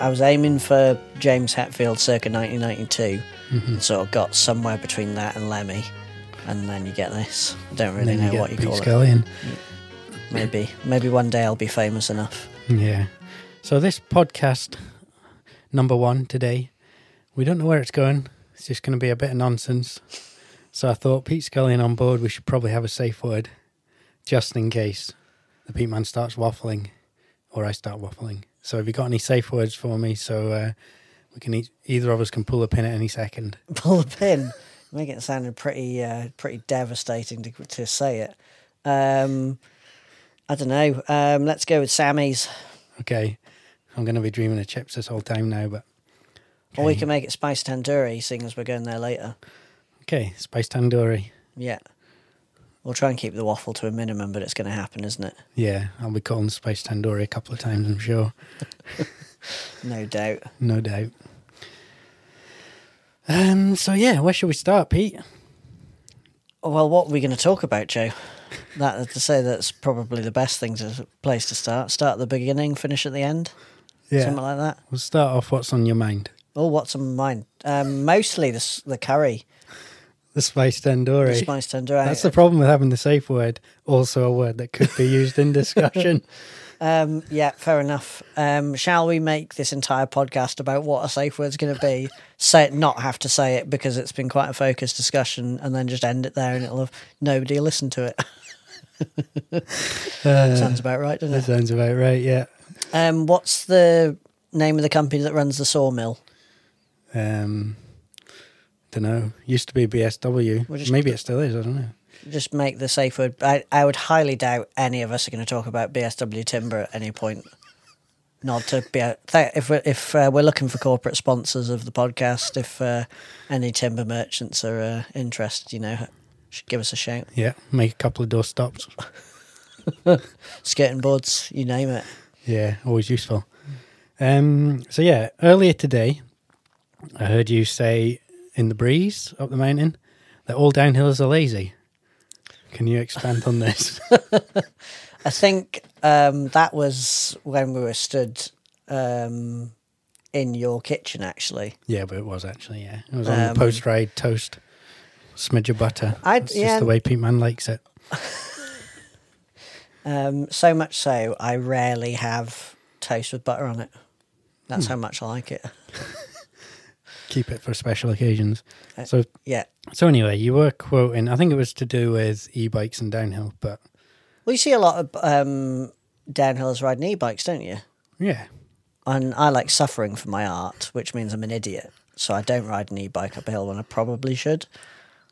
I was aiming for James Hatfield circa 1992 Mm-hmm. and sort of got somewhere between that and Lemmy. And then you get this. I don't really then you know get what you Pete call Scully and- it. Maybe maybe one day I'll be famous enough. Yeah. So this podcast number one today, we don't know where it's going. It's just going to be a bit of nonsense. So I thought Pete Scullion on board, we should probably have a safe word, just in case the Pete Man starts waffling, or I start waffling. So have you got any safe words for me? So uh, we can each, either of us can pull a pin at any second. Pull the pin. Make it sound pretty uh, pretty devastating to, to say it. Um, I don't know. Um, let's go with Sammy's. Okay. I'm going to be dreaming of chips this whole time now, but Or we Okay. can make it Spice Tandoori, seeing as we're going there later. okay, spice tandoori. Yeah. We'll try and keep the waffle to a minimum, but it's going to happen, isn't it? Yeah, I'll be calling spice tandoori a couple of times, I'm sure. No doubt. No doubt. Um, so yeah, where should we start, Pete? Well, what are we going to talk about, Joe? That to say, that's probably the best thing to place to start. Start at the beginning, finish at the end, something like that. we'll start off. What's on your mind? Oh, what's on mine? Um, mostly the s- the curry, The spice the tandoori. spice tandoori. That's the problem with having the safe word, also a word that could be used in discussion. um, yeah, fair enough. Um, shall we make this entire podcast about what a safe word's going to be? say it, not have to say it because it's been quite a focused discussion, and then just end it there, and it'll have nobody listen to it. Uh, Sounds about right, doesn't it? that sounds about right. Yeah. Um, what's the name of the company that runs the sawmill? Um, don't know. Used to be BSW. We'll just- Maybe it still is. I don't know. Just make the safe word. I, I would highly doubt any of us are going to talk about BSW Timber at any point. Not to be a, th- if we're, if uh, we're looking for corporate sponsors of the podcast, if uh, any timber merchants are uh, interested, you know, should give us a shout. Yeah. Make a couple of door stops. Skirting boards, you name it. Yeah, always useful. Um, so yeah, earlier today, I heard you say in the breeze up the mountain that all downhills are lazy. Can you expand on this? I think um, that was when we were stood um, in your kitchen, actually. yeah, but it was actually yeah, it was on Um, the post ride toast, smidge of butter. I'd- That's yeah. just the way Pete Man likes it. Um, so much so, I rarely have toast with butter on it. That's Hmm. how much I like it. Keep it for special occasions. Uh, So Yeah. so anyway, you were quoting. I think it was to do with e-bikes and downhill, but Well, you see a lot of um, downhillers riding e bikes, don't you? yeah, And I like suffering for my art, which means I'm an idiot. So I don't ride an e bike up a hill when I probably should.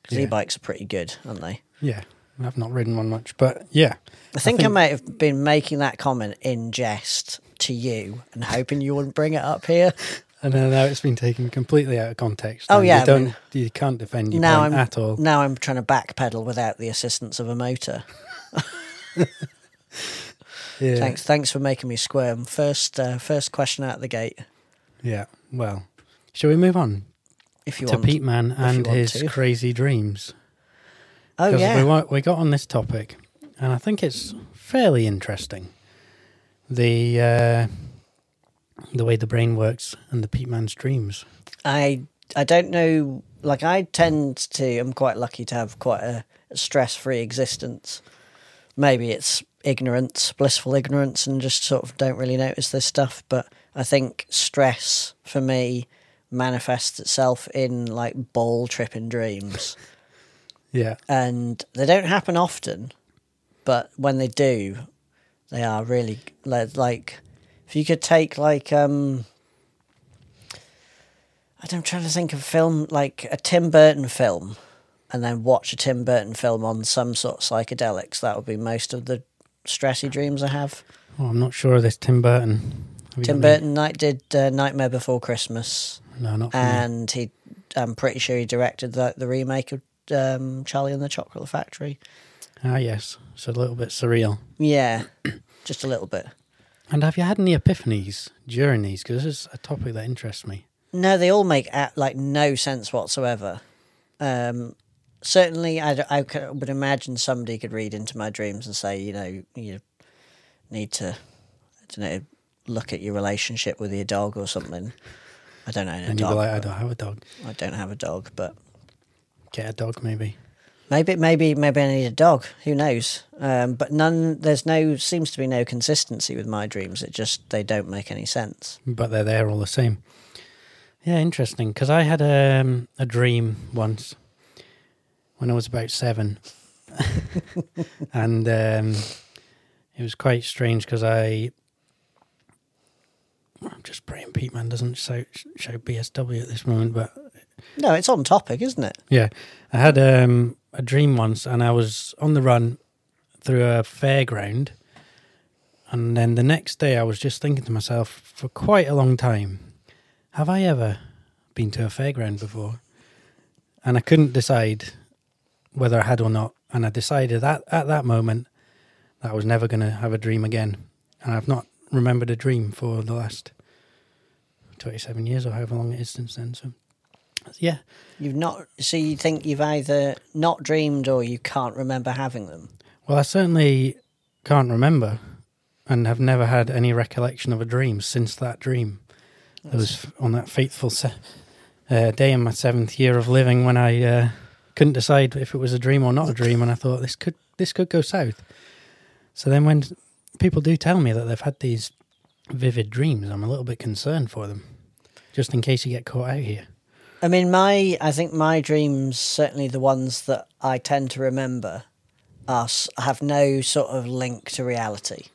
Because Yeah. e bikes are pretty good, aren't they? yeah. I've not ridden one much, but yeah. I think I, think- might have been making that comment in jest to you and hoping you wouldn't bring it up here. And then now it's been taken completely out of context. Oh, and yeah, I you don't, mean- you can't defend your now point I'm at all. now I'm trying to backpedal without the assistance of a motor. yeah, Thanks, thanks for making me squirm. First, uh, first question out the gate, yeah. Well, shall we move on if you to want. Pete Man and want his to. crazy dreams? oh we yeah, wa- we got on this topic, and I think it's fairly interesting. The uh, the way the brain works and the Pete Man's dreams. I I don't know. Like I tend to, I'm quite lucky to have quite a stress-free existence. Maybe it's ignorance, blissful ignorance, and just sort of don't really notice this stuff. But I think stress for me manifests itself in like ball tripping dreams. Yeah, and they don't happen often, but when they do, they are really like- like if you could take like um I don't- I'm trying to think of a film like a Tim Burton film and then watch a Tim Burton film on some sort of psychedelics, that would be most of the stressy dreams I have. well, I'm not sure of this Tim Burton. Have you Tim got any- Burton night did uh, Nightmare Before Christmas No, not for me. and he I'm pretty sure he directed the, the remake of um, Charlie and the Chocolate Factory. Ah, yes, it's a little bit surreal. Yeah, just a little bit. And have you had any epiphanies during these? Because this is a topic that interests me. No, they all make a- like no sense whatsoever. Um, certainly, I, d- I c- would imagine somebody could read into my dreams and say, you know, you need to, I don't know, look at your relationship with your dog or something. I don't own a and you'd dog. be like, I don't have a dog. I don't have a dog, but Get a dog, maybe. Maybe, maybe, maybe I need a dog. Who knows? Um, but none. There's no. Seems to be no consistency with my dreams. It just they don't make any sense. but they're there all the same. Yeah, interesting. Because I had um, a dream once when I was about seven, and um, it was quite strange because I. I'm just praying Pete Man doesn't show, show BSW at this moment, but No, it's on topic, isn't it? yeah, I had um, a dream once, and I was on the run through a fairground, and then the next day I was just thinking to myself for quite a long time, have I ever been to a fairground before? And I couldn't decide whether I had or not, and I decided that at that moment that I was never going to have a dream again, and I've not remembered a dream for the last twenty-seven years or however long it is since then. So, yeah. You've not. So you think you've either not dreamed or you can't remember having them. Well, I certainly can't remember and have never had any recollection of a dream since that dream. That was f- on that fateful se- uh, day in my seventh year of living when I uh, couldn't decide if it was a dream or not a dream, and I thought this could this could go south. So then, when people do tell me that they've had these vivid dreams, I'm a little bit concerned for them, just in case you get caught out here. I mean, my. I think my dreams, certainly the ones that I tend to remember, are s- have no sort of link to reality.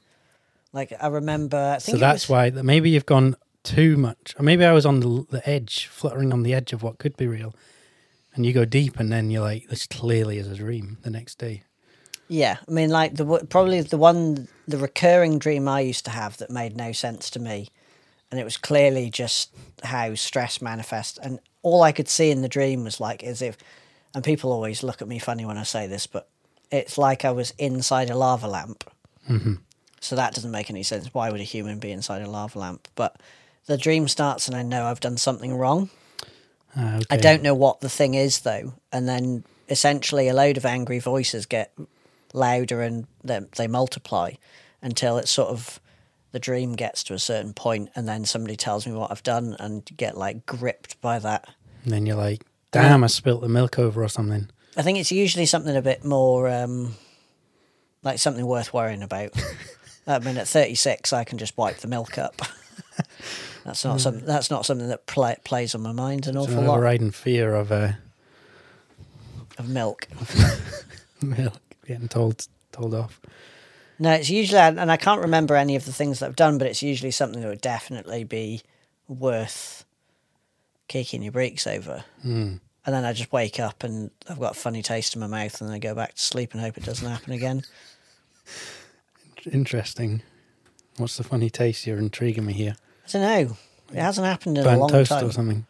Like I remember. I So think it that's was- why that maybe you've gone too much, or maybe I was on the, the edge, fluttering on the edge of what could be real, and you go deep, and then you're like, "This clearly is a dream." The next day, Yeah, I mean, like the w- probably the one the recurring dream I used to have that made no sense to me, and it was clearly just how stress manifests. And all I could see in the dream was like as if, and people always look at me funny when I say this, but it's like I was inside a lava lamp. Mm-hmm. So that doesn't make any sense. Why would a human be inside a lava lamp? But the dream starts, and I know I've done something wrong. Ah, I okay. don't know what the thing is though. And then essentially a load of angry voices get louder and they, they multiply until it's sort of the dream gets to a certain point and then somebody tells me what I've done and get like gripped by that. And then you're like, "Damn, I spilt the milk over or something." I think it's usually something a bit more um, like something worth worrying about. I mean, at 36, I can just wipe the milk up. that's not some, That's not something that play, plays on my mind an It's awful an lot overriding fear of uh, of milk. milk getting told told off. No, it's usually, and I can't remember any of the things that I've done, but it's usually something that would definitely be worth kicking your brakes over. Mm. And then I just wake up and I've got a funny taste in my mouth, and then I go back to sleep and hope it doesn't happen again. Interesting. What's the funny taste? You're intriguing me here. I don't know. It hasn't happened in a Burnt long toast time. or something.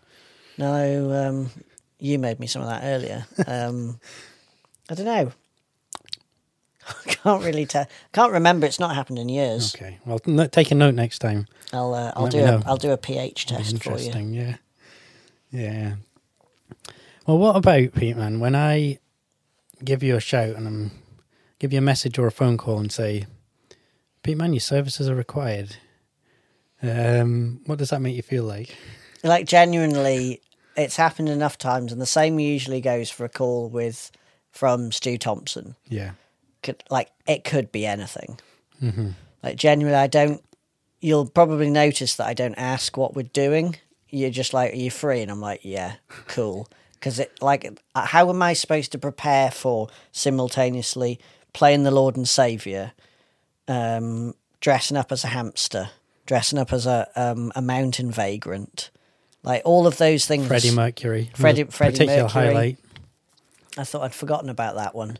No, um, you made me some of that earlier. Um, I don't know. I can't really tell. Can't remember. It's not happened in years. Okay. Well, n- take a note next time. I'll uh, I'll Let do me a, know. I'll do a pH That'd be test for you. Interesting, yeah. Yeah. Well, what about Pete, man? When I give you a shout and I'm give you a message or a phone call and say, Pete, man, your services are required. Um, what does that make you feel like? Like genuinely, it's happened enough times, and the same usually goes for a call with from Stu Thompson. Yeah. Could, like it could be anything. Mhm. Like genuinely, I don't. You'll probably notice that I don't ask what we're doing. You're just like, "Are you free?" And I'm like, "Yeah, cool." Because it like, uh, how am I supposed to prepare for simultaneously playing the Lord and Savior, um, dressing up as a hamster, dressing up as a um, a mountain vagrant, like all of those things. Freddie Mercury. Freddie- was a Freddie particular Mercury. highlight. I thought I'd forgotten about that one.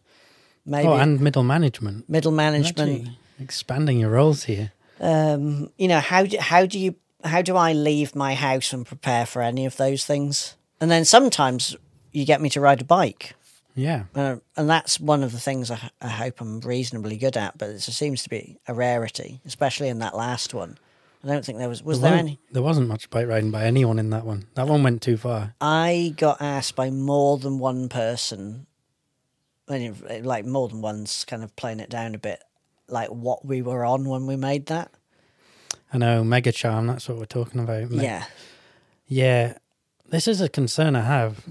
Maybe Oh, and middle management. middle management. Actually, expanding your roles here. um, you know how do, how do you how do I leave my house and prepare for any of those things? And then sometimes you get me to ride a bike, Yeah. uh, and that's one of the things I, I hope I'm reasonably good at. But it seems to be a rarity, especially in that last one. I don't think there was was There there wa- any. there wasn't much bike riding by anyone in that one. That one went too far. I got asked by more than one person, I mean, like more than once, kind of playing it down a bit, like what we were on when we made that. I know, mega charm, that's what we're talking about. Me- Yeah. Yeah, this is a concern I have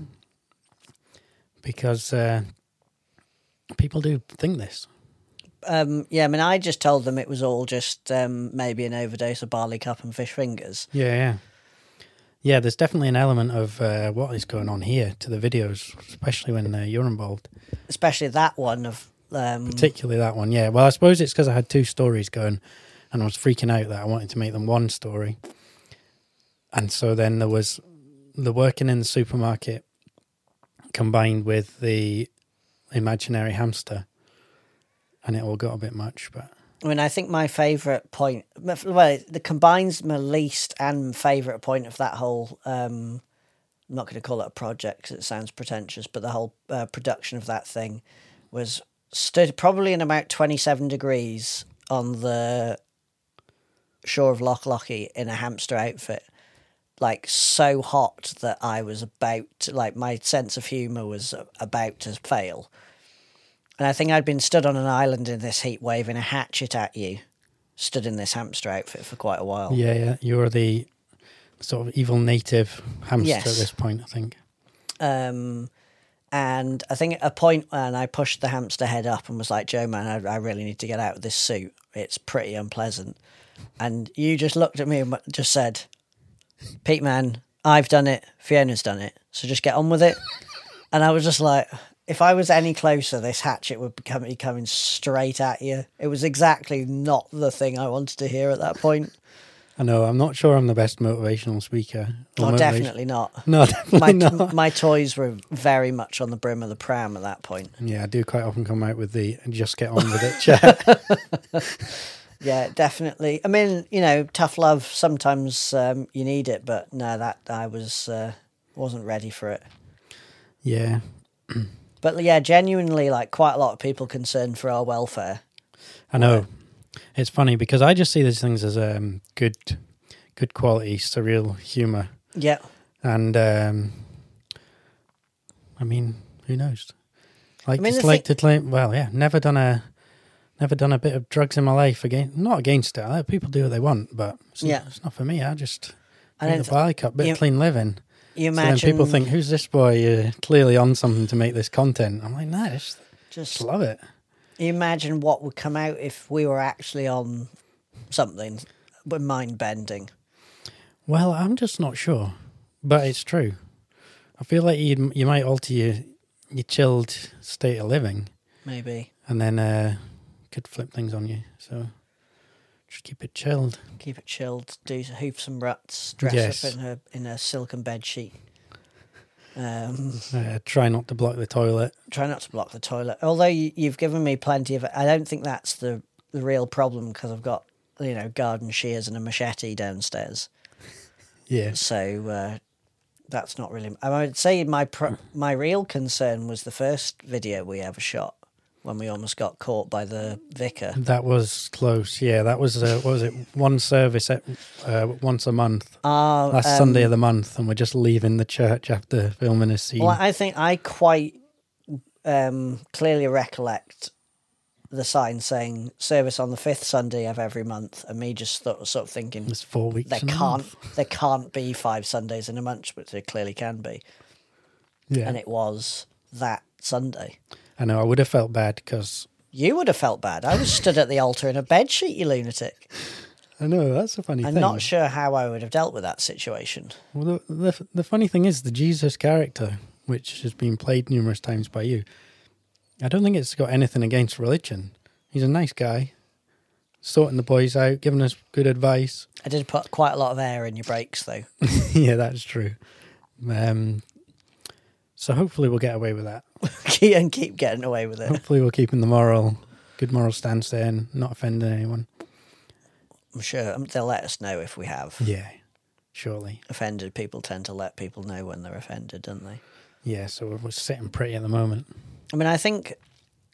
because uh, people do think this. Um, yeah, I mean, I just told them it was all just um, maybe an overdose of barley cup and fish fingers. Yeah, yeah. Yeah, there's definitely an element of uh, what is going on here to the videos, especially when uh, you're involved. Especially that one of. Um, Particularly that one, yeah. Well, I suppose it's because I had two stories going and I was freaking out that I wanted to make them one story. And so then there was the working in the supermarket combined with the imaginary hamster. And it all got a bit much, but I mean, I think my favourite point, well, the combines my least and favourite point of that whole. Um, I'm not going to call it a project because it sounds pretentious, but the whole uh, production of that thing was stood probably in about 27 degrees on the shore of Loch Lochy in a hamster outfit, like so hot that I was about, to, like my sense of humour was about to fail. And I think I'd been stood on an island in this heat waving a hatchet at you, stood in this hamster outfit for quite a while. yeah, yeah. You're the sort of evil native hamster Yes. at this point, I think. Um, and I think at a point when I pushed the hamster head up and was like, Joe, man, I, I really need to get out of this suit. It's pretty unpleasant. And you just looked at me and w- just said, Pete, man, I've done it. Fiona's done it. So just get on with it. And I was just like, if I was any closer, this hatchet would become, be coming straight at you. It was exactly not the thing I wanted to hear at that point. I know, I'm not sure I'm the best motivational speaker. or Oh, motivation- definitely not. No, definitely My, not. my toys were very much on the brim of the pram at that point. Yeah, I do quite often come out with the just get on with it chat. Yeah, definitely. I mean, you know, tough love. Sometimes um, you need it, but no, that I was uh, wasn't ready for it. yeah. But yeah, genuinely, like quite a lot of people concerned for our welfare. I know. It's funny because I just see these things as um, good good quality, surreal humour. Yeah, And um, I mean, who knows? Like I mean, just the like thing- to claim well, yeah, never done a never done a bit of drugs in my life again. Not against it. I let people do what they want, but it's, yeah. Yeah. it's not for me. I just I I don't the barley cup, bit you- of clean living. you So then imagine people think, "Who's this boy? Uh, clearly on something to make this content." I'm like, "Nah, just, just just love it." you imagine what would come out if we were actually on something, but mind bending. Well, I'm just not sure, but it's true. I feel like you you might alter your your chilled state of living, Maybe and then uh, could flip things on you. So just keep it chilled. keep it chilled, do hoof some ruts, dress Yes. up in her in a silken bed sheet. Um, Uh, try not to block the toilet. try not to block the toilet. Although you, you've given me plenty of, I don't think that's the the real problem because I've got you know garden shears and a machete downstairs, Yeah, so uh, that's not really. I would say my pro, my real concern was the first video we ever shot when we almost got caught by the vicar. that was close. Yeah, that was uh, what was it? One service at, uh, once a month, Our, last um, Sunday of the month, and we're just leaving the church after filming a scene. Well, I think I quite um, clearly recollect the sign saying service on the fifth Sunday of every month, and me just thought, sort of thinking, It's four weeks. there and a can't half. there can't be five Sundays in a month, but there clearly can be, Yeah, and it was that Sunday. I know. I would have felt bad because You would have felt bad. I was stood at the altar in a bed sheet, you lunatic. I know that's a funny I'm thing. not sure how I would have dealt with that situation. Well, the, the the funny thing is the Jesus character, which has been played numerous times by you. I don't think it's got anything against religion. He's a nice guy, sorting the boys out, giving us good advice. I did put quite a lot of air in your brakes, though. yeah, that's true. Um, so hopefully we'll get away with that. and keep getting away with it. Hopefully we're keeping the moral, good moral stance there, and not offending anyone. I'm sure um, they'll let us know if we have. Yeah, surely. Offended people tend to let people know when they're offended, don't they? Yeah, so we're, we're sitting pretty at the moment. I mean, I think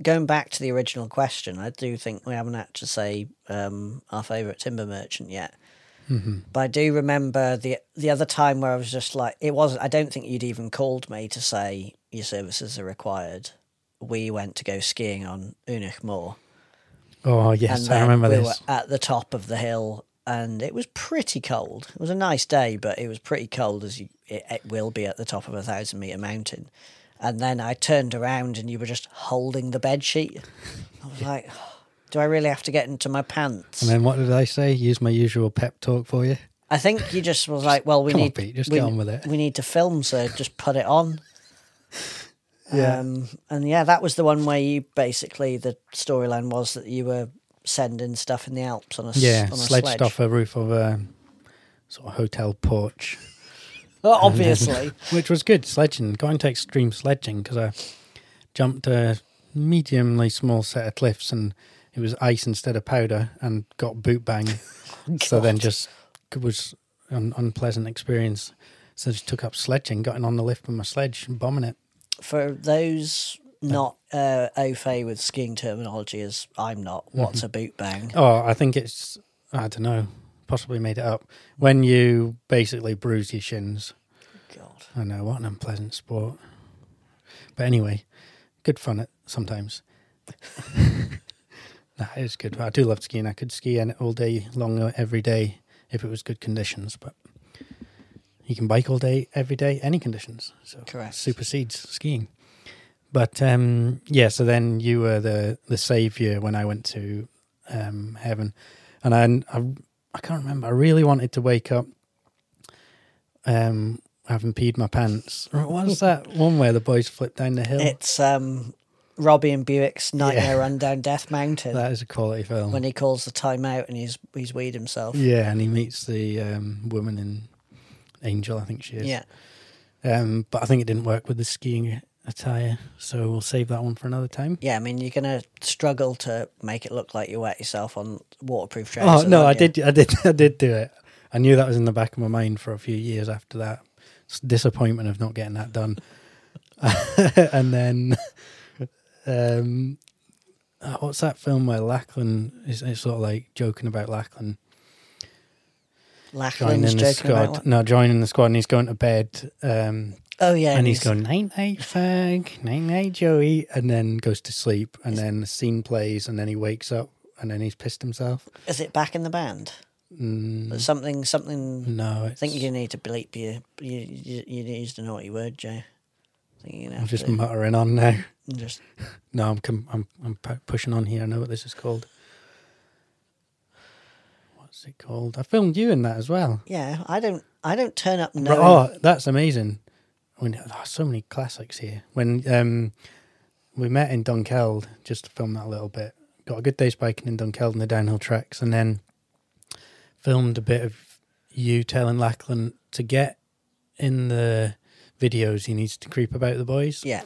going back to the original question, I do think we haven't had to say um, our favourite timber merchant yet. But I do remember the the other time where I was just like, it wasn't. I don't think you'd even called me to say your services are required. We went to go skiing on Unich Moor, Oh yes, I then remember we this. were at the top of the hill, and it was pretty cold. It was a nice day, but it was pretty cold as you, it, it will be at the top of a thousand meter mountain. And then I turned around and you were just holding the bed sheet. I was like, "Oh, do I really have to get into my pants? And then what did I say? Use my usual pep talk for you. I think you just was like, well, we come on, need Pete, just we, get on with it. We need to film, so just put it on. Yeah. Um, and yeah, that was the one where you basically the storyline was that you were sending stuff in the Alps on a s- Yeah, on a sledged sledge. off a roof of a sort of hotel porch, Well, obviously, which was good sledging. Got into extreme sledging because I jumped a mediumly small set of cliffs and it was ice instead of powder and got boot bang. so then just it was an unpleasant experience. So just took up sledging, got in on the lift with my sledge and bombing it. for those not uh, au fait with skiing terminology, as I'm not, Mm-hmm. what's a boot bang? Oh, I think it's I don't know, possibly made it up. When you basically bruise your shins. God, I know what an unpleasant sport. But anyway, good fun at sometimes. that is good. I do love skiing. I could ski an- all day long, uh, every day, if it was good conditions. But you can bike all day, every day, any conditions. So Correct. supersedes skiing. But um, yeah, so then you were the the savior when I went to um, heaven, and I, I I can't remember. I really wanted to wake up um, having peed my pants. What was that one where the boys flipped down the hill? it's um, Robbie and Buick's Nightmare Run Down Death Mountain that is a quality film. when he calls the timeout and he's he's weed himself. yeah, and he meets the um, woman in Angel, I think she is. Yeah. Um, but I think it didn't work with the skiing attire, so we'll save that one for another time. Yeah, I mean, you're going to struggle to make it look like you wet yourself on waterproof trails. Oh and no, I aren't you? did, I did, I did do it. I knew that was in the back of my mind for a few years after that. It's disappointment of not getting that done, and then, um, oh, what's that film where Lachlan is it's sort of like joking about Lachlan joining Lachlan's the joking about squad? what- No, joining the squad, and he's going to bed, um, Oh yeah, and he's going night night fag, night night Joey, and then goes to sleep, and then the scene plays, and then he wakes up, and then he's pissed himself. Is it back in the band? Mm, Something, something. no, it's, I think you need to bleep your. You you, you used a naughty word, Joe. I think you're gonna I'm have just to muttering on now. just. No, I'm com- I'm I'm pu- pushing on here. I know what this is called. What's it called? I filmed you in that as well. Yeah, I don't. I don't turn up Ro- knowing. Oh, that's amazing. I mean, oh, so many classics here. When um, we met in Dunkeld, just to film that a little bit. Got a good day's biking in Dunkeld in the downhill tracks, and then filmed a bit of you telling Lachlan to get in the videos. He needs to creep about the boys. Yeah,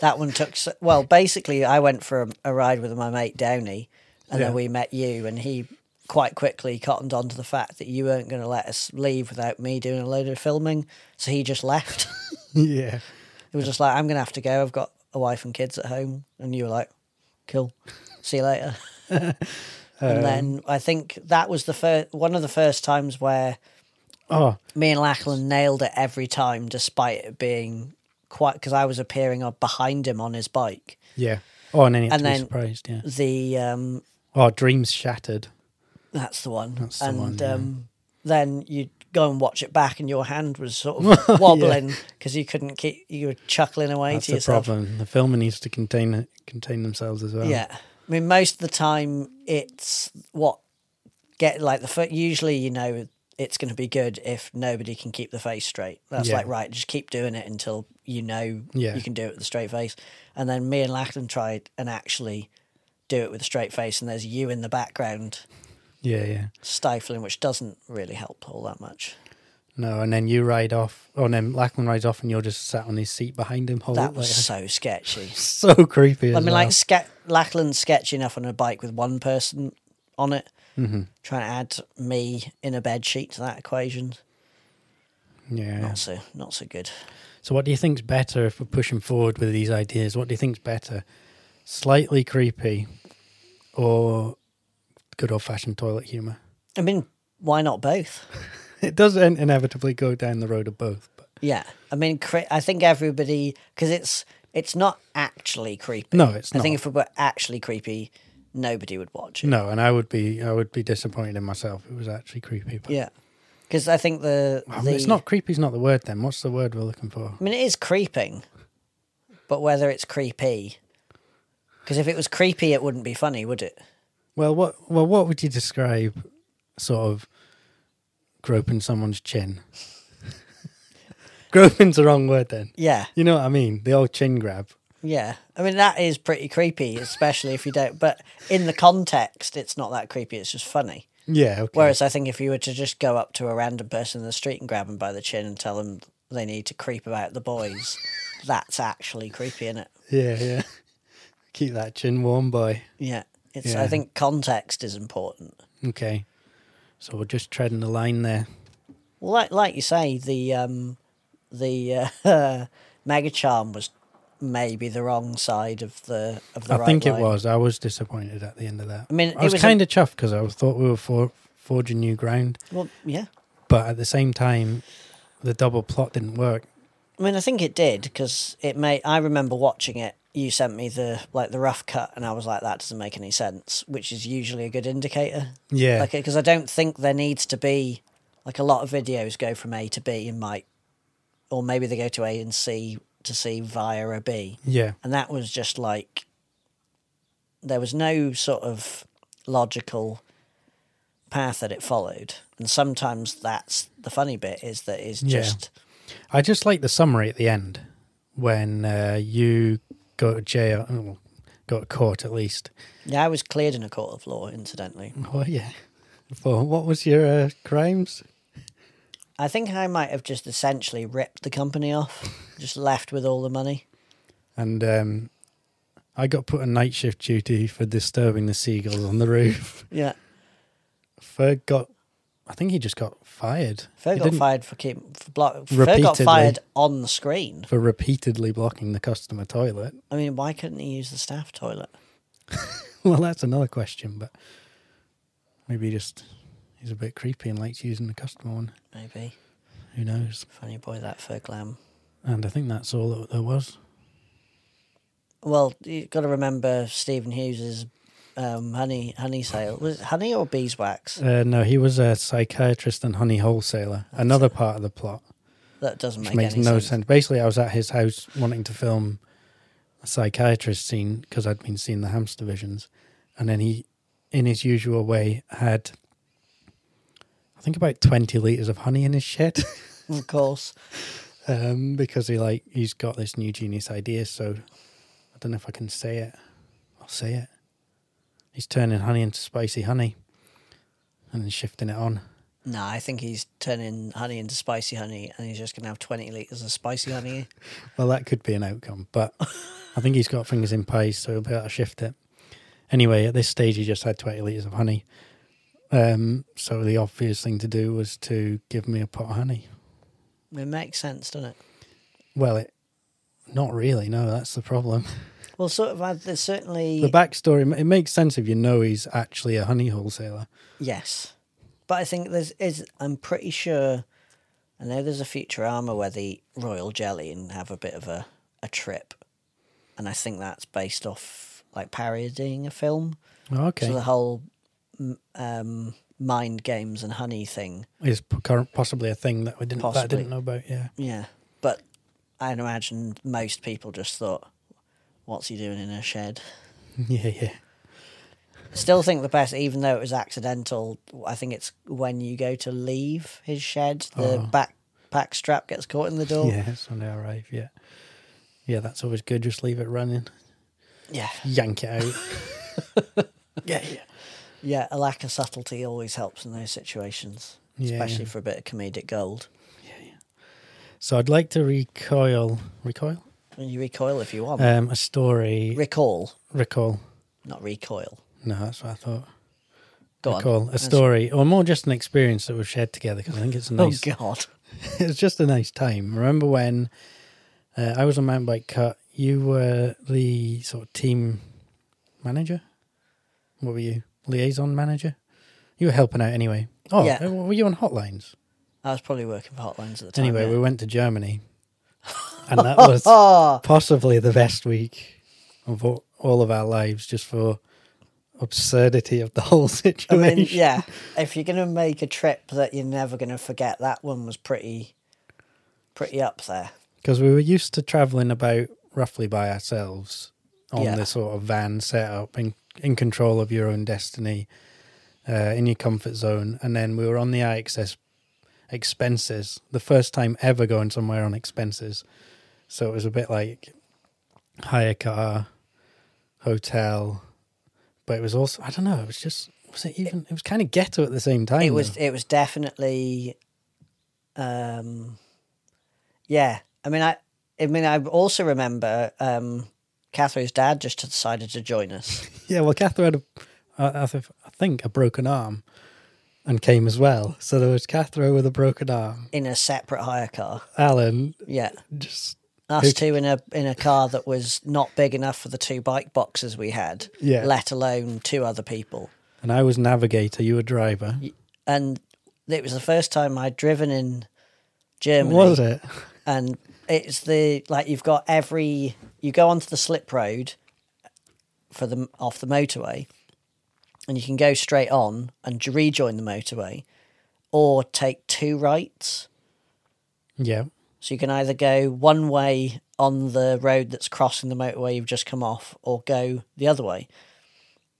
that one took. s well, basically, I went for a, a ride with my mate Downey, and then Yeah. we met you, and he quite quickly cottoned on to the fact that you weren't going to let us leave without me doing a load of filming. So he just left. yeah. It was just like, I'm going to have to go. I've got a wife and kids at home. And you were like, cool. See you later. and then I think that was the first one of the first times where Oh, me and Lachlan nailed it every time, despite it being quite because I was appearing up behind him on his bike. yeah. Oh, and then he had And to be then- surprised. Yeah. The um, Oh, dreams shattered. that's the one. That's the and one, yeah. um, then you go and watch it back, and your hand was sort of wobbling because you couldn't keep you were chuckling away That's to the yourself. problem. The film needs to contain it, contain themselves as well. Yeah, I mean, most of the time it's what get like the foot. Usually, you know, it's going to be good if nobody can keep the face straight. That's Yeah. like right, just keep doing it until you know Yeah. you can do it with a straight face. And then me and Lachlan tried and actually do it with a straight face, and there's you in the background yeah, yeah. stifling, which doesn't really help all that much. No, and then you ride off. Oh, and then Lachlan rides off, and you're just sat on his seat behind him. Hold That was so sketchy. so creepy. As I mean, well. like ske- Lachlan's sketchy enough on a bike with one person on it. Mm-hmm. Trying to add me in a bed sheet to that equation, yeah. not so not so good. So, what do you think's better if we're pushing forward with these ideas? What do you think's better, slightly creepy, or good old fashioned toilet humor? I mean, why not both? It does in- inevitably go down the road of both. But Yeah, I mean, cre- I think everybody because it's it's not actually creepy. no, it's I not. think if it were actually creepy, nobody would watch it. No, and I would be I would be disappointed in myself. It was actually creepy. But Yeah, because I think the, I mean, the it's not creepy's not the word. Then what's the word we're looking for? I mean, it is creeping, but whether it's creepy, because if it was creepy, it wouldn't be funny, would it? Well, what well what would you describe sort of groping someone's chin? Groping's the wrong word. Then Yeah, you know what I mean. The old chin grab. yeah. I mean, that is pretty creepy, especially if you don't. But in the context, it's not that creepy. It's just funny. Yeah. Okay. Whereas I think if you were to just go up to a random person in the street and grab them by the chin and tell them they need to creep about the boys, that's actually creepy, is it? yeah. Yeah. Keep that chin warm, boy. Yeah. It's. Yeah. I think context is important. Okay. So we're just treading the line there. Well, like like you say, the um, the uh, mega charm was maybe the wrong side of the of the I right think line. it was. I was disappointed at the end of that. I mean, I it was, was a- kind of chuffed because I thought we were for, forging new ground, Well, yeah. but at the same time, the double plot didn't work. I mean, I think it did because it made. I remember watching it. You sent me the like the rough cut, and I was like, that doesn't make any sense, which is usually a good indicator. Yeah, Like, because I don't think there needs to be like a lot of videos go from A to B and might, or maybe they go to A and C to C via a B. yeah, and that was just like there was no sort of logical path that it followed and sometimes that's the funny bit is that it's Yeah. just I just like the summary at the end when uh, you go to jail, well, go to court at least. yeah. i was cleared in a court of law incidentally Oh yeah, for what was your uh, crimes? i think i might have just essentially ripped the company off just left with all the money And um, I got put on night shift duty for disturbing the seagulls on the roof. yeah Ferg got, I think he just got fired. Ferg He got didn't- fired for keep for block. Ferg got Repeatedly. fired on the screen. for repeatedly blocking the customer toilet? I mean, why couldn't he use the staff toilet? Well, that's another question, but maybe he just he's a bit creepy and likes using the customer one. Maybe Who knows? funny boy that Ferg Lamb. And I think that's all that there was. Well, you've got to remember Stephen Hughes's um, honey honey sale. Was it honey or beeswax? Uh, no, he was a psychiatrist and honey wholesaler. another part of the plot, That doesn't which make makes any no sense. sense. Basically, I was at his house wanting to film a psychiatrist scene because I'd been seeing the hamster visions, and then he, in his usual way, had I think about twenty liters of honey in his shed. Of course. um, because he like he's got this new genius idea. So I don't know if I can say it. I'll say it. He's turning honey into spicy honey, and then shifting it on. No, I think he's turning honey into spicy honey, and he's just gonna have twenty liters of spicy honey. Well, that could be an outcome, but I think he's got fingers in pies, so he'll be able to shift it. Anyway, at this stage, he just had twenty liters of honey. Um, so the obvious thing to do was to give me a pot of honey. It makes sense, doesn't it? Well, it not really. No, that's the problem. Well, sort of. uh, There's certainly The backstory it makes sense if you know he's actually a honey wholesaler. yes, but I think there's is. I'm pretty sure. I know there's a Futurama where they royal jelly and have a bit of a a trip, and I think that's based off like parodying a film. Oh, okay. So the whole m- um, mind games and honey thing. is p- current, possibly a thing that we didn't that I Possibly. didn't know about. Yeah, Yeah. But I'd imagine most people just thought, what's he doing in a shed? yeah, yeah. Still think the best, even though it was accidental, I think it's when you go to leave his shed, the Oh. back back strap gets caught in the door. Yeah, it's on our rave. Yeah, yeah. That's always good. Just leave it running, Yeah. yank it out. yeah, yeah. Yeah, a lack of subtlety always helps in those situations, Yeah, especially yeah. for a bit of comedic gold. So I'd like to recoil, recoil, And you recoil if you want. um, a story. recall, recall. not recoil. No, that's what I thought. Go recall on. a story, or more just an experience that we've shared together. Because I think it's a nice. Oh, God. it was just a nice time. Remember when uh, I was on mountain bike cut? You were the sort of team manager. What were you? Liaison manager. You were helping out anyway. Oh, Yeah. uh, were you on hotlines? I was probably working for Hotlines at the time. Anyway, yeah. we went to Germany, and that was Oh, possibly the best week of all, all of our lives, just for absurdity of the whole I situation. mean, yeah, if you're going to make a trip that you're never going to forget, that one was pretty, pretty up there. Because we were used to traveling about roughly by ourselves on Yeah. the sort of van setup, in, in control of your own destiny, uh, in your comfort zone. And then we were on the IXS expenses, the first time ever going somewhere on expenses. So it was a bit like hire car, hotel, but it was also, I don't know, it was just, was it even, it was kind of ghetto at the same time. It was though. it was definitely, um, yeah. I mean, I I mean, I also remember um, Catherine's dad just decided to join us. Yeah, well, Catherine had, a, I- I th- I think, a broken arm and came as well. So there was Catherine with a broken arm, in a separate hire car. Alan Yeah, just, us Who- two in a in a car that was not big enough for the two bike boxes we had. Yeah. let alone two other people. and I was navigator, you were driver. And it was the first time I'd driven in Germany. Was it? and it's the like you've got every you go onto the slip road for the off the motorway and you can go straight on and rejoin the motorway or take two rights Yeah. so you can either go one way on the road that's crossing the motorway you've just come off or go the other way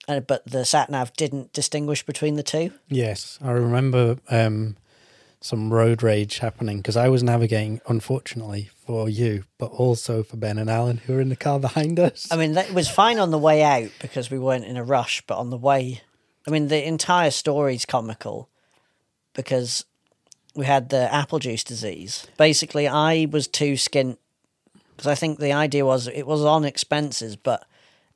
and, but the sat nav didn't distinguish between the two Yes, I remember um, some road rage happening because I was navigating, unfortunately, for you, but also for Ben and Alan, who were in the car behind us. I mean, that was fine on the way out because we weren't in a rush, but on the way, I mean, the entire story's comical because we had the apple juice disease. Basically, I was too skint because I think the idea was it was on expenses, but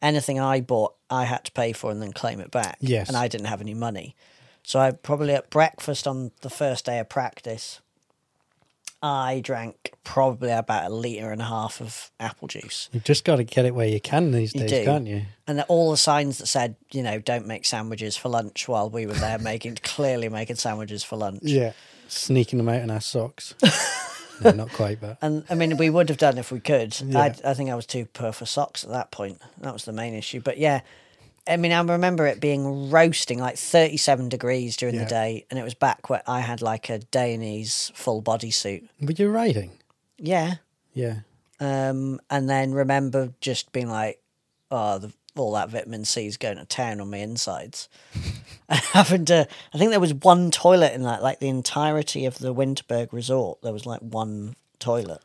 anything I bought, I had to pay for and then claim it back. Yes. And I didn't have any money. So I probably at breakfast on the first day of practice, I drank probably about a litre and a half of apple juice You've just got to get it where you can these days, do. can't you? and that all the signs that said, you know, don't make sandwiches for lunch while we were there making clearly making sandwiches for lunch. Yeah. Sneaking them out in our socks. no, not quite, but. And I mean, we would have done if we could. I, I think I was too poor for socks at that point. That was the main issue. But yeah, I mean, I remember it being roasting like 37 degrees during Yeah. the day, and it was back where I had like a Dainese full bodysuit. Were you riding? Yeah. Yeah. Um, and then remember just being like, oh, the, all that vitamin C is going to town on my insides. and having to, I think there was one toilet in that, like the entirety of the Winterberg resort. There was like one toilet,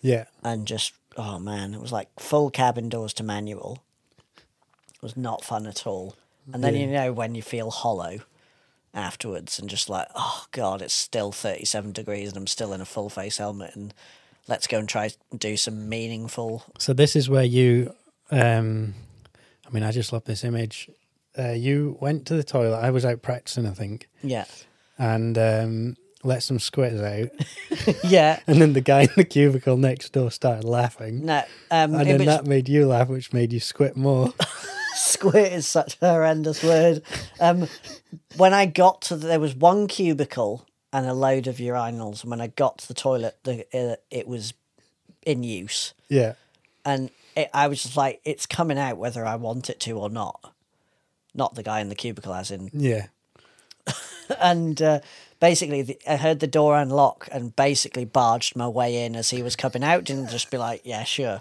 Yeah. and just oh man, it was like full cabin doors to manual. It was not fun at all. And then you know when you feel hollow afterwards, and just like oh god, it's still thirty-seven degrees, and I'm still in a full face helmet, and let's go and try and do some meaningful So this is where you um I mean I just love this image. Uh, you went to the toilet. I was out practicing, I think, Yeah. and um let some squitters out. Yeah. and then the guy in the cubicle next door started laughing. No. Um, And it then was- that made you laugh, which made you squit more. squirt is such a horrendous word. Um, when I got to, the, there was one cubicle and a load of urinals. And when I got to the toilet, the, uh, it was in use. yeah. And it, I was just like, it's coming out whether I want it to or not. Not the guy in the cubicle, as in Yeah. and uh, basically the, I heard the door unlock and basically barged my way in as he was coming out. Didn't just be like, yeah, sure,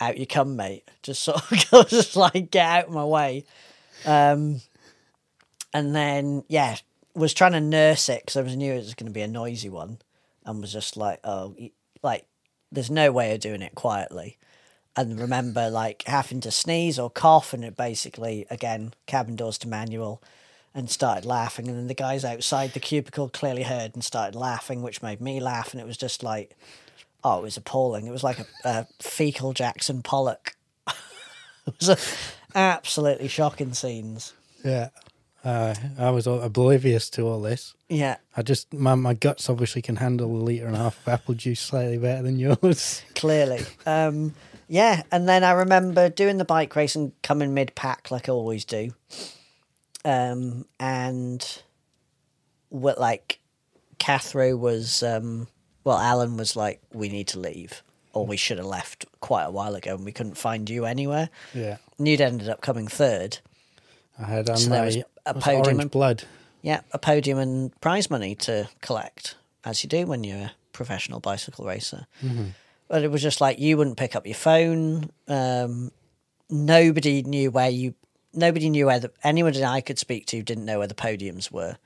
out you come, mate. Just sort of just like get out of my way. Um, and then yeah, was trying to nurse it because I was knew it was going to be a noisy one, and was just like, oh, y- like there's no way of doing it quietly. And remember, like having to sneeze or cough, and it basically again cabin doors to manual, and started laughing. And then the guys outside the cubicle clearly heard and started laughing, which made me laugh. And it was just like, oh, it was appalling. It was like a, a fecal Jackson Pollock. it was a, absolutely shocking scenes. Yeah. Uh, I was all oblivious to all this. Yeah. I just my, my guts obviously can handle a liter and a half of apple juice slightly better than yours. clearly. Um, yeah, and then I remember doing the bike race and coming mid pack like I always do. Um, and what like Cathro was um, well, Alan was like, We need to leave. Or we should have left quite a while ago and we couldn't find you anywhere. Yeah. And you'd ended up coming third. I had on So there my was a was it podium orange and- blood. Yeah, a podium and prize money to collect, as you do when you're a professional bicycle racer. But it was just like you wouldn't pick up your phone. Um, nobody knew where you. Nobody knew where the, anyone that I could speak to didn't know where the podiums were. I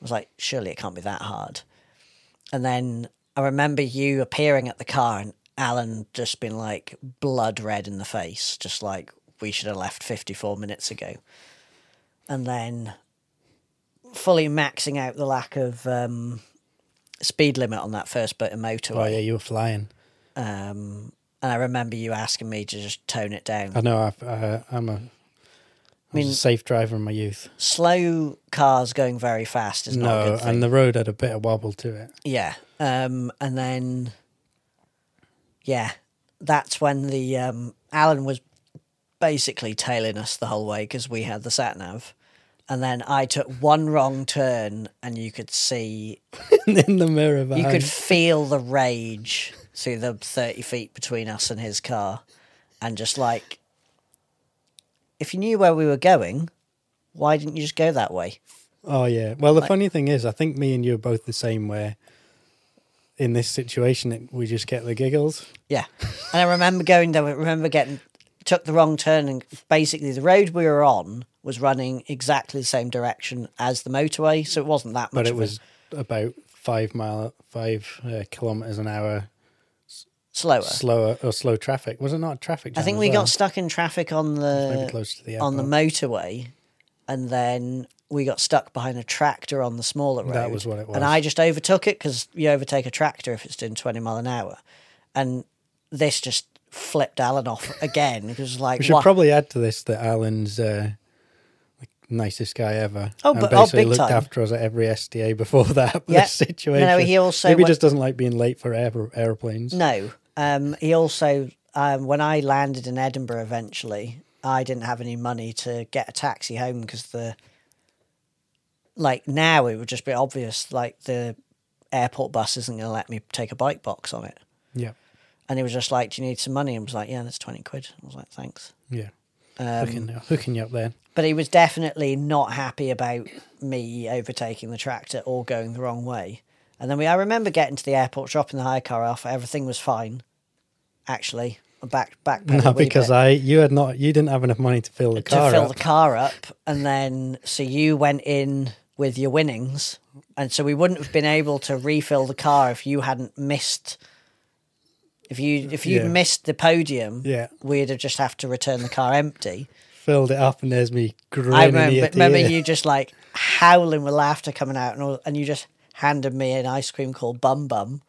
was like, surely it can't be that hard. And then I remember you appearing at the car and Alan just being like blood red in the face, just like we should have left 54 minutes ago. And then fully maxing out the lack of um, speed limit on that first bit of Oh motorway. yeah, you were flying. Um, and I remember you asking me to just tone it down. I know. I've, uh, I'm a. I was mean- a safe driver in my youth. Slow cars going very fast is not a No, Oh, good thing. and the road had a bit of wobble to it. Yeah. Um, and then, yeah, that's when the um, Alan was basically tailing us the whole way because we had the sat nav. And then I took one wrong turn, and you could see, in the mirror you behind. could feel the rage through the 30 feet between us and his car. And just like, if you knew where we were going, why didn't you just go that way? Oh yeah. Well, the funny thing is, I think me and you are both the same. Where in this situation, it, we just get the giggles. Yeah, and I remember going there. I remember getting took the wrong turn, and basically the road we were on was running exactly the same direction as the motorway, so it wasn't that much. but it of a was about five mile, five uh, kilometers an hour slower. slower or slow traffic. Was it not a traffic? Jam I think as we well? got stuck in traffic on maybe the close to the on the airport. motorway, and then we got stuck behind a tractor on the smaller road. That was what it was. And I just overtook it because you overtake a tractor if it's doing twenty mile an hour, and this just flipped Alan off again because like We should what? probably add to this that Alan's uh, the nicest guy ever. Oh, and but- oh, basically big looked time. after us at every SDA before that. Yeah. Yeah. This situation. No, he also maybe went- just doesn't like being late for aer- airplanes. No. Um, he also, um, when I landed in Edinburgh eventually, I didn't have any money to get a taxi home because the, like now it would just be obvious, like the airport bus isn't going to let me take a bike box on it. Yeah, And he was just like, Do you need some money? And I was like, Yeah, that's 20 quid. I was like, Thanks. yeah. Um, Hooking, hooking you up there. But he was definitely not happy about me overtaking the tractor or going the wrong way. And then we, I remember getting to the airport, dropping the hire car off. Everything was fine, actually. I Back, back. No, because I you had not you didn't have enough money to fill the to car fill up. the car up, and then so you went in with your winnings, and so we wouldn't have been able to refill the car if you hadn't missed. If you if you Yeah. would missed the podium, Yeah. we'd have just have to return the car empty. Filled it up, and there's me grinning I ear remember, to remember ear. you just like howling with laughter coming out, and, all, and you just handed me an ice cream called Bum Bum,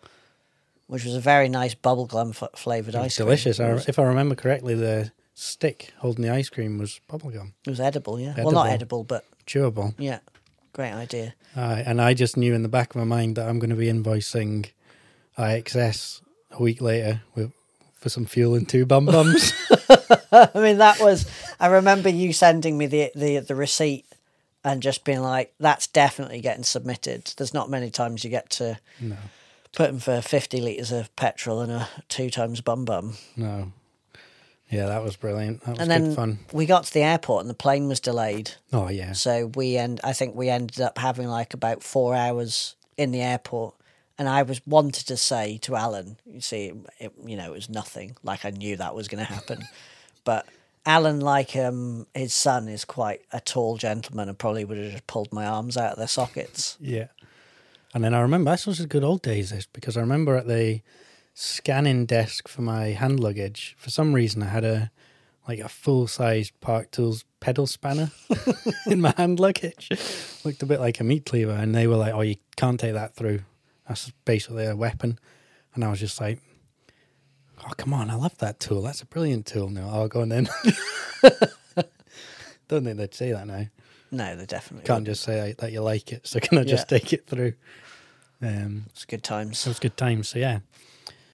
which was a very nice bubblegum f- flavored ice cream. Delicious. I, if I remember correctly, the stick holding the ice cream was bubblegum, It was edible, yeah. Well, not edible, but chewable. yeah, great idea. Aye, Uh, and I just knew in the back of my mind that I'm going to be invoicing IXS a week later with, for some fuel and two bum bums. I mean, that was. I remember you sending me the the the receipt and just being like, "That's definitely getting submitted." There's not many times you get to put in for fifty liters of petrol and a two times bum bum. no. Yeah, that was brilliant. That was And good then fun. we got to the airport and the plane was delayed, Oh, yeah. so we end. I think we ended up having like about four hours in the airport. And I was wanted to say to Alan, you see, it, you know, it was nothing. Like I knew that was going to happen, but Alan, like um, his son, is quite a tall gentleman, and probably would have just pulled my arms out of their sockets. Yeah. And then I remember, this was the good old days, this, because I remember at the scanning desk for my hand luggage, for some reason I had a like a full sized Park Tools pedal spanner in my hand luggage. Looked a bit like a meat cleaver. And they were like, oh, you can't take that through. That's basically a weapon. And I was just like, oh, come on, I love that tool. That's a brilliant tool. No, I'll go and then. Don't think they'd say that now No, they definitely can't wouldn't. just say I- that you like it, so can I just Yeah. take it through? Um, It's good times. so it's good times. So yeah.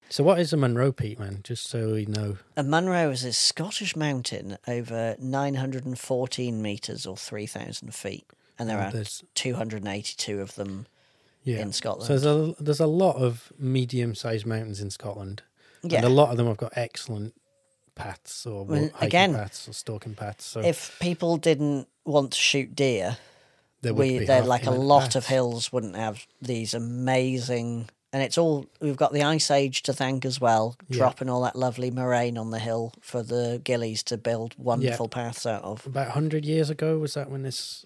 So what is a Monroe Peak, man? Just so we know. And Munro is a Scottish mountain over 914 meters or 3,000 feet, and there are There's 282 of them yeah. in Scotland. So there's a there's a lot of medium sized mountains in Scotland, Yeah. and a lot of them have got excellent paths or Well, well, hiking again, paths or stalking paths. So If people didn't want to shoot deer, there would we be there half like a inland lot of paths. hills wouldn't have these amazing and it's all we've got the ice age to thank as well Yeah. dropping all that lovely moraine on the hill for the gillies to build wonderful paths out of About hundred years ago was that when this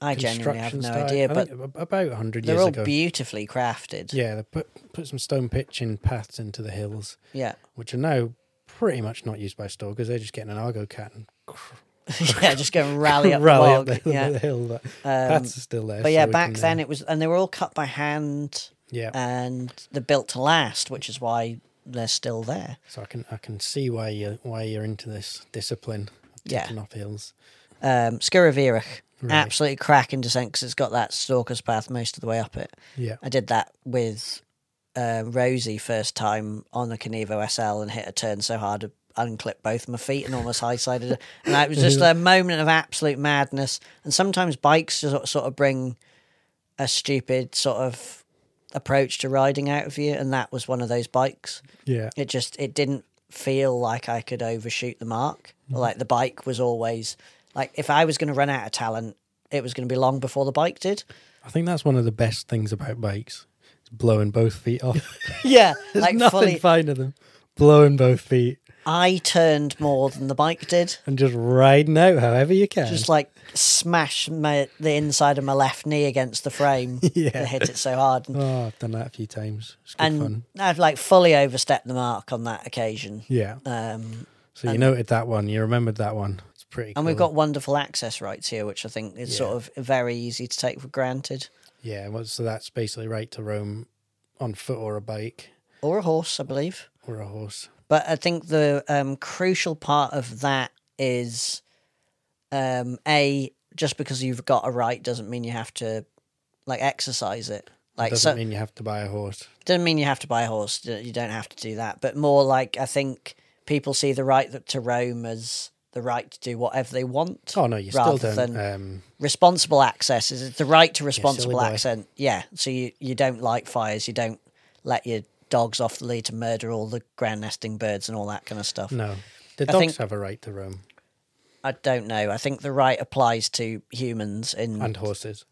i genuinely have construction no started? idea I but think ab- about hundred they're years all ago. beautifully crafted yeah, they put put some stone pitching paths into the hills, yeah which are now pretty much not used by stalkers. They're just getting an argo cat and cr- yeah, just go and rally up the rally up log the, yeah the hill. That um, paths are still there. but yeah Uh, so we back can, uh, then it was and they were all cut by hand yeah. and they're built to last which is why they're still there so I can I can see why you why you're into this discipline. Of Yeah. taking off hills. um, Skiravirich. Right. Absolutely cracking descent because it's got that stalker's path most of the way up it. Yeah. I did that with uh, Rosie first time on the Kinevo SL and hit a turn so hard I unclipped both my feet and almost high sided it. And that was just a moment of absolute madness. And sometimes bikes just sort of bring a stupid sort of approach to riding out of you. And that was one of those bikes Yeah. it just it didn't feel like I could overshoot the mark. Mm-hmm. Like the bike was always like if I was going to run out of talent, it was going to be long before the bike did. I think that's one of the best things about bikes. is blowing both feet off. Yeah, There's like nothing fully, finer than blowing both feet I turned more than the bike did. and just riding out however you can. Just like smash my, the inside of my left knee against the frame. Yeah. and hit it so hard, and, oh, I've done that a few times. It's good and fun. I've like fully overstepped the mark on that occasion. Yeah. Um, So you noted that one. You remembered that one. It's pretty. and cool. we've got wonderful access rights here, which I think is sort of very easy to take for granted. yeah. Well, so that's basically right to roam on foot or a bike Or a horse, I believe. or a horse. But I think the um, crucial part of that is um, a just because you've got a right doesn't mean you have to like exercise it. Like Doesn't so, mean you have to buy a horse. doesn't mean you have to buy a horse. d- You don't have to do that. But more like I think people see the right that, to roam as the right to do whatever they want. Oh no, you still Rather don't. um, Responsible access is it the right to responsible boy. accent. Yeah. So you you don't light fires. You don't let your dogs off the lead to murder all the ground nesting birds and all that kind of stuff. no, the I dogs think- have a right to roam I don't know. I think the right applies to humans. In and horses.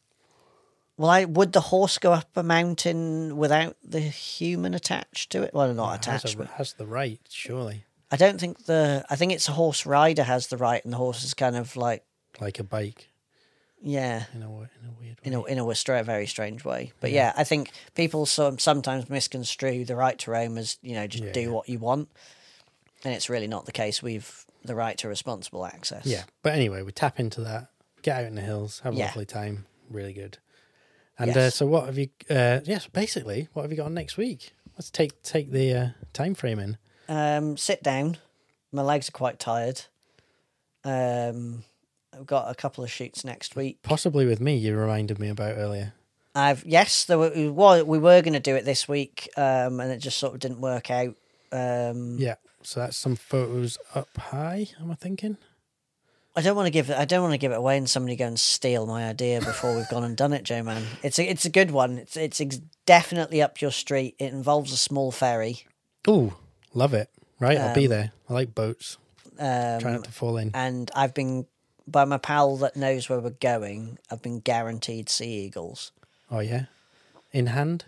well, I, would the horse go up a mountain without the human attached to it? Well, not Has, attached. a- But has the right, surely, I don't think the. I think it's a horse rider has the right, and the horse is kind of like like a bike yeah, in a wa- in a weird way. in a in a stra- very strange way. But yeah, I think people some, sometimes misconstrue the right to roam as you know just Yeah, do yeah. what you want, and it's really not the case. We've the right to responsible access. Yeah. But anyway, we tap into that, get out in the hills, have a Yeah. lovely time. Really good. And uh, Yes. so, what have you? Uh, yes, basically, what have you got on next week? Let's take take the uh, time frame in. Um, sit down. My legs are quite tired. Um, I've got a couple of shoots next week. Possibly with me, you reminded me about earlier. I've yes, there were, we were we were going to do it this week, um, and it just sort of didn't work out. Um, Yeah. So that's some photos up high. Am I thinking? I don't want to give it. I don't want to give it away, and somebody go and steal my idea before we've gone and done it, Joe man. It's a it's a good one. It's it's ex- definitely up your street. It involves a small ferry, Ooh, love it. Right, I'll be Um, there. I like boats. Try um, not to fall in. and I've been by my pal that knows where we're going. I've been guaranteed sea eagles. Oh yeah, in hand.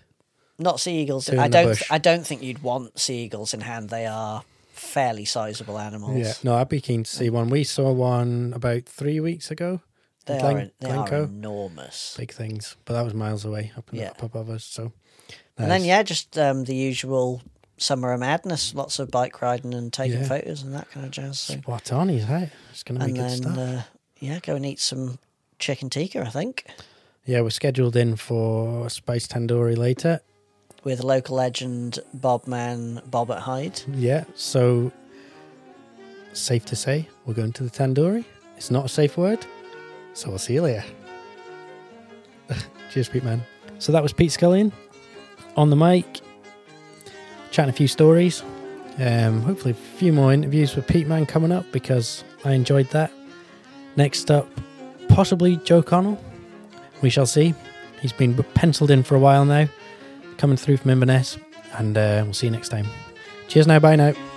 Not sea eagles. Two in I the don't. bush. I don't think you'd want sea eagles in hand. They are fairly sizable animals. Yeah. No, I'd be keen to see one. We saw one about three weeks ago. They, Glen- are, en- they are Glencoe. enormous. big things, but that was miles away up, in, Yeah. up above us. So, And then nice. yeah, just um, the usual summer of madness. Lots of bike riding and taking Yeah. photos and that kind of jazz. So. spot on, he's right. It's going to be And good then stuff. uh, yeah, go and eat some chicken tikka. I think yeah, we're scheduled in for spice tandoori later. with local legend Bob Man Bob at Hyde. Yeah, so safe to say we're going to the tandoori. It's not a safe word, so we'll see you later. Cheers, Pete man. So that was Pete Scullion on the mic, chatting a few stories. Um, hopefully, a few more interviews with Pete Man coming up because I enjoyed that. Next up, possibly Joe Connell. We shall see. He's been penciled in for a while now, coming through from Inverness, and uh, we'll see you next time. Cheers now, bye now.